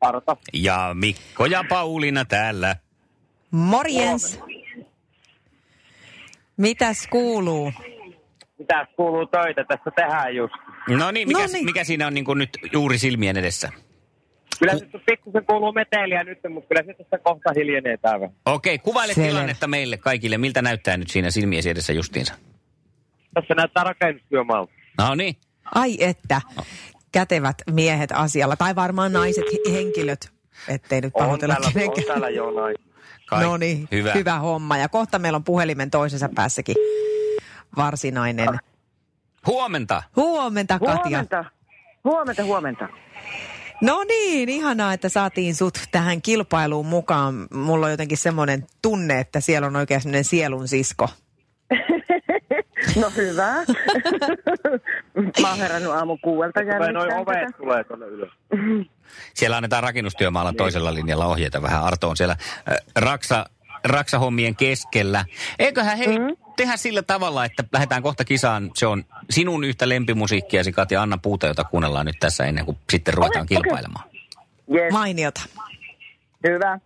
Arto. Ja Mikko ja Pauliina täällä. Morjens! Mitäs kuuluu? Mitäs kuuluu töitä? Tässä tehdään just. No niin, mikä, No niin. mikä siinä on niin kuin nyt juuri silmien edessä? Kyllä nyt pikkusen kuuluu meteliä nyt, mutta kyllä se tässä kohta hiljenee tää vähän. Okei, kuvaile Selvä. tilannetta meille kaikille. Miltä näyttää nyt siinä silmien edessä justiinsa? Tässä näyttää rakennustyömaalta. No niin. Ai että, kätevät miehet asialla, tai varmaan naiset, he- henkilöt, ettei nyt On pahoitella täällä, on kenenkään. täällä jo näin. Kai. No niin, Hyvä. hyvä homma. Ja kohta meillä on puhelimen toisessa päässäkin varsinainen. Huomenta. Huomenta, Katja. Huomenta. Huomenta, huomenta. No niin, ihanaa, että saatiin sut tähän kilpailuun mukaan. Mulla on jotenkin semmoinen tunne, että siellä on oikein semmoinen sielun sisko. No hyvä. Mä oon herännyt aamu kuuelta Tulee noin jännittää ovet tätä. tulee tuonne ylös. Siellä annetaan rakennustyömaalla toisella linjalla ohjeita vähän. Arto on siellä äh, raksa, raksahommien keskellä. Eiköhän hei, Mm-hmm. mm. tehdä sillä tavalla, että lähdetään kohta kisaan. Se on sinun yhtä lempimusiikkiasi, Katja Anna Puuta, jota kuunnellaan nyt tässä ennen kuin sitten ruvetaan Okei, okei. kilpailemaan. Yes, Mainiota. hyvä.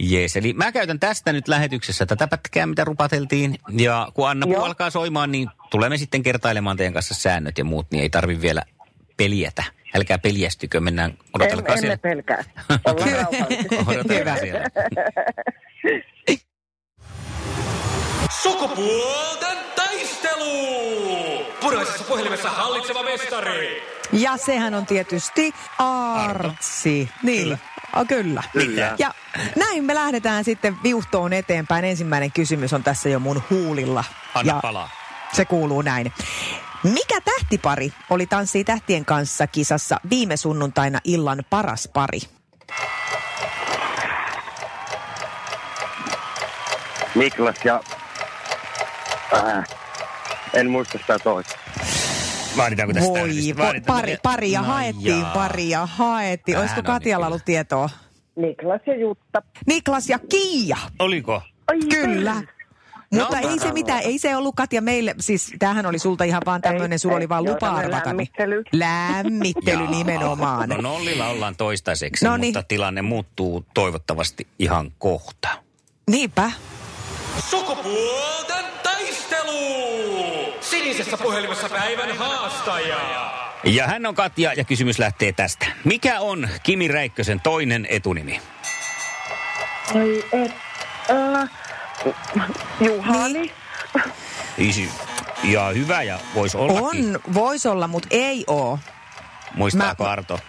Jees, eli mä käytän tästä nyt lähetyksessä tätä pätkää, mitä rupateltiin. Ja kun Anna Puu Joo. alkaa soimaan, niin tulemme sitten kertailemaan teidän kanssa säännöt ja muut, niin ei tarvi vielä peljätä. Älkää peljästykö, mennään, En, odotelkaa emme siellä. pelkää. Ollaan rauhallisia. Odotelkaa siellä. Sukupuolten taistelu! Puraisessa puhelimessa hallitseva mestari. Ja sehän on tietysti artsi. Niin, kyllä. kyllä. Mitä? Ja näin me lähdetään sitten viuhtoon eteenpäin. Ensimmäinen kysymys on tässä jo mun huulilla. Anna ja palaa. se kuuluu näin. Mikä tähtipari oli Tanssii tähtien kanssa kisassa viime sunnuntaina illan paras pari? Niklas ja... Äh, en muista sitä toista. Vaaditaanko tästä Voi, täydellistä? voi Vaaditaanko pari, te- paria No haettiin, jaa. paria haettiin. Olisiko Tämähän on Katjalla niin ollut tietoa? Niklas ja Jutta. Niklas ja Kiia. Oliko? Ai, Kyllä. ei. Mutta ei se mitään, ei se ollut Katja meille, siis tämähän oli sulta ihan vaan tämmöinen, Ei, sulla ei, oli vaan joo, lupa tämmöinen arvata. niin- lämmittely. Lämmittely Jaa. nimenomaan. No nollilla ollaan toistaiseksi, Noniin. mutta tilanne muuttuu toivottavasti ihan kohta. Niinpä. Sukupuolten taistelu! Sinisessä puhelimessa päivän haastaja. Ja hän on Katja ja kysymys lähtee tästä. Mikä on Kimi Räikkösen toinen etunimi? Ai et. Äh, Juhani. Niin. Isi. Ja hyvä ja voisi ollakin. On, voisi olla, mutta ei oo. Muistaako Mä- Arto?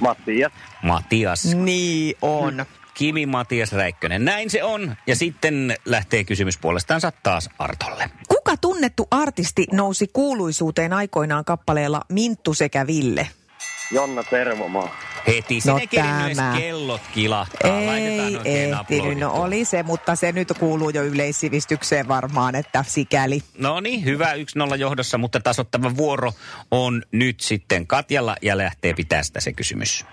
Mattias. Matias. Niin on. Kimi Matias Räikkönen. Näin se on. Ja sitten lähtee kysymys puolestansa taas Artolle. Kuka tunnettu artisti nousi kuuluisuuteen aikoinaan kappaleella Minttu sekä Ville? Jonna Tervomaa. Heti No sinne no, edes tämä. kellot kilahtaa. Laitetaan Ei oikein ehtinyt, no aplodit. oli se, mutta se nyt kuuluu jo yleissivistykseen varmaan, että sikäli. No niin, hyvä 1-0 johdossa, mutta tasottava vuoro on nyt sitten Katjalla ja lähtee tästä se kysymys.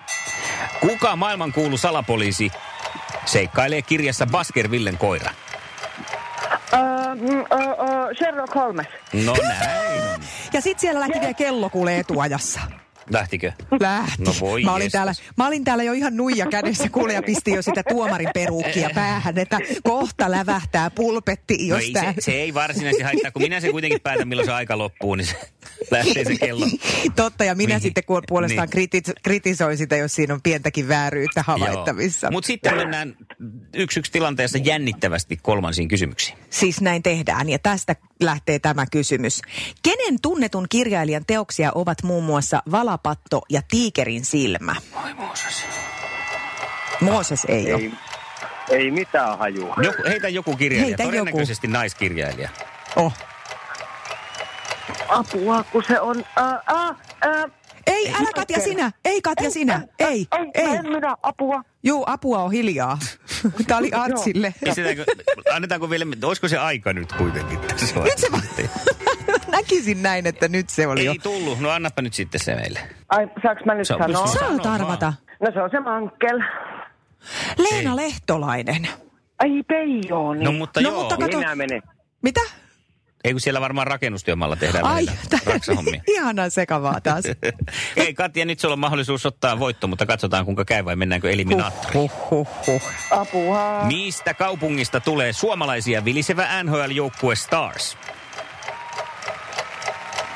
Kuka maailman kuulu salapoliisi seikkailee kirjassa Baskervillen koira? Äh, mm, äh, äh, Sherlock Holmes. No näin. on. Ja sitten siellä lähti vielä kello kuulee etuajassa. Lähtikö? Lähti. No voi mä, olin jestas. täällä, mä olin täällä jo ihan nuija kädessä, kuule ja pisti jo sitä tuomarin peruukkia päähän, että kohta lävähtää pulpetti, No jos ei, se, tää... se ei varsinaisesti haittaa, kun minä se kuitenkin päätän, milloin se aika loppuu, niin se lähtee se kello. Totta, ja minä Mihin? sitten kun puolestaan niin. kriti- kritisoin sitä, jos siinä on pientäkin vääryyttä havaittavissa. Mutta sitten mennään yksi yksi tilanteessa jännittävästi kolmansiin kysymyksiin. Siis näin tehdään, ja tästä lähtee tämä kysymys. Kenen tunnetun kirjailijan teoksia ovat muun muassa Valapatto ja Tiikerin silmä? Oi Mooses. Mooses ei ole. Ei, ei mitään hajua. Joku, heitä joku kirjailija, Heitä heitä joku. todennäköisesti joku. naiskirjailija. Oh. Apua, kun se on... Äh, äh, äh, Ei, älä Katja sinä, ei Katja sinä, ei, Ei, ei. en minä, apua. Juu, apua on hiljaa. Tämä oli Artsille. Pistetäänkö, annetaanko vielä, olisiko se aika nyt kuitenkin tässä Nyt se va- Näkisin näin, että nyt se oli jo. Ei tullut, no annapa nyt sitten se meille. Ai, saanko mä nyt Se on- sanoa? se Saat Sano arvata. No se on se mankel. Leena Lehtolainen. Ai, peijoni. No mutta No, joo, mutta kato- Minä menen. Mitä? ei kun siellä varmaan rakennustyömaalla tehdään Ai, näitä tää- raksahommia. ihanan sekavaa taas. ei Katja, nyt sulla on mahdollisuus ottaa voitto, mutta katsotaan kuinka käy vai mennäänkö eliminaattoriin. Huh, huh, huh. Apua. Mistä kaupungista tulee suomalaisia vilisevä NHL-joukkue Stars?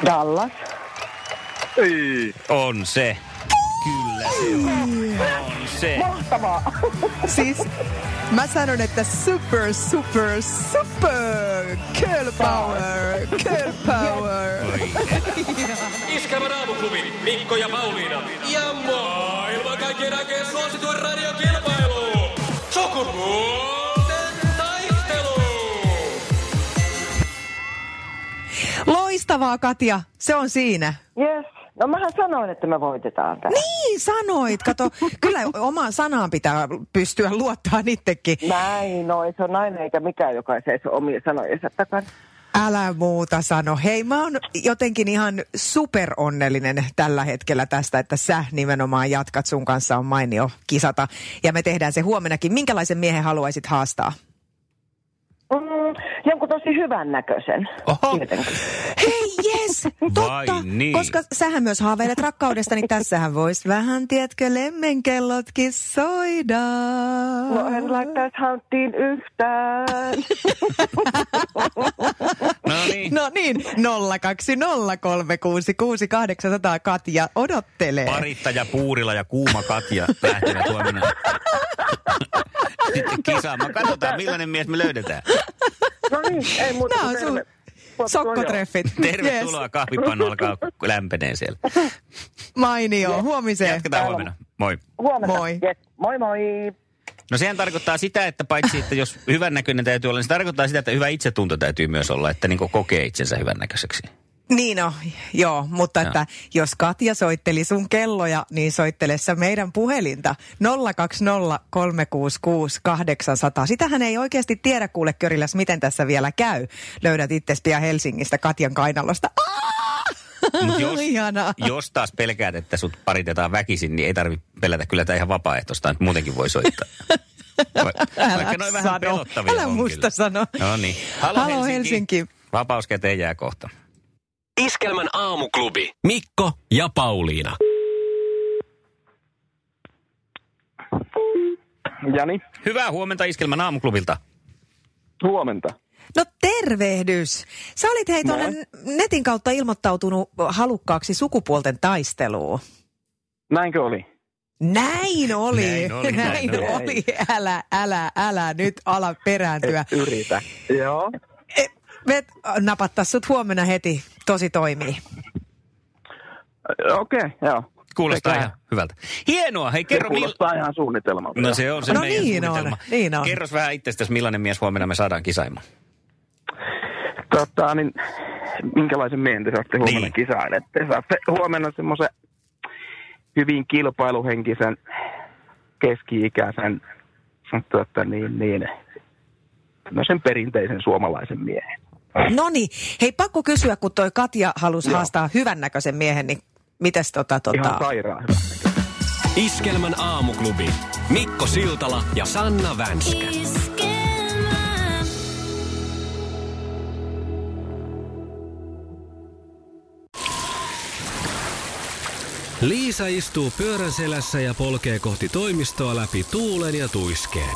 Dallas. On se. Kyllä se on. On se. Mahtavaa. Siis mä sanon, että super, super, super girl power, girl power. Iskävä raamuklubi, Mikko ja Pauliina. Ja maailman kaikkien aikeen suosituen radiokilpailu. Sukupuolten taistelu. Loistavaa, Katja. Se on siinä. Yes. No mähän sanoin, että me voitetaan tämä. Niin sanoit. Kato, kyllä omaan sanaan pitää pystyä luottaa itsekin. Näin, no ei se ole nainen eikä mikään, joka ei seiso omien sanojensa takana. Älä muuta sano. Hei, mä oon jotenkin ihan superonnellinen tällä hetkellä tästä, että sä nimenomaan jatkat sun kanssa on mainio kisata. Ja me tehdään se huomenakin. Minkälaisen miehen haluaisit haastaa? Mm, jonkun tosi hyvän näköisen. Oho. Tietenkin. Hei, yes, Vai totta. niin? Koska sähän myös haaveilet rakkaudesta, niin tässähän vois vähän, tietkö, lemmenkellotkin soida. No en laittaisi hanttiin yhtään. No niin. No niin, 020366800 Katja odottelee. Parittaja Puurila ja Kuuma Katja lähtevät huomenna sitten kisaamaan. Katsotaan, millainen mies me löydetään. No niin, ei muuta Nää kuin on sun terve. Potkua sokkotreffit. Tervetuloa, yes. kahvipannu alkaa lämpeneen siellä. Yes, mainio, huomiseen. Jatketaan huomenna. Moi. joo. Huomenta. Moi. Yes. Moi moi. No sehän tarkoittaa sitä, että paitsi että jos hyvännäköinen täytyy olla, niin se tarkoittaa sitä, että hyvä itsetunto täytyy myös olla, että niin kokee itsensä hyvännäköiseksi. Niin no, joo, mutta Joo. että jos Katja soitteli sun kelloja, niin soittele sä meidän puhelinta 020366800. Sitähän ei oikeasti tiedä kuule Köriläs, miten tässä vielä käy. Löydät itses pian Helsingistä Katjan kainalosta. Mut jos, Ah, Ihanaa. jos taas pelkäät, että sut paritetaan väkisin, niin ei tarvitse pelätä. Kyllä tämä ihan vapaaehtoista, että muutenkin voi soittaa. Va- Älä Vaikka noin vähän sano. pelottavia Älä on musta kyllä. sano. No niin. Halo, Helsinki. Vapaus käteen jää kohta. Iskelmän aamuklubi. Mikko ja Pauliina. Jani, Hyvää huomenta Iskelmän aamuklubilta. huomenta. No tervehdys. Sä olit hei tuonne netin kautta ilmoittautunut halukkaaksi sukupuolten taisteluun. Näinkö oli? Näin oli, Näin oli, näin näin oli. Älä, älä, älä nyt ala perääntyä. Yritä. Joo. E, Me napattaa sut huomenna heti, tosi toimii. Okei, okay, joo. Kuulostaa Sekä- ihan hyvältä. Hienoa. Hei, kerro, se mil... kuulostaa ihan suunnitelmalta. No se on se No meidän niin on, suunnitelma. niin on. Kerros vähän itsestäsi, millainen mies huomenna me saadaan kisaimaan. Tota, niin, minkälaisen miehen te saatte huomenna Niin. niin. kisaan? Että te saatte huomenna semmoisen hyvin kilpailuhenkisen, keski-ikäisen, tota, niin, niin, tämmöisen perinteisen suomalaisen miehen. No niin, hei pakko kysyä, kun toi Katja halusi Joo. haastaa hyvännäköisen miehen, niin mites tota Ihan tota... sairaan hyvä. Iskelmän aamuklubi. Mikko Siltala ja Sanna Vänskä. Iskelmä. Liisa istuu pyörän selässä ja polkee kohti toimistoa läpi tuulen ja tuiskeen.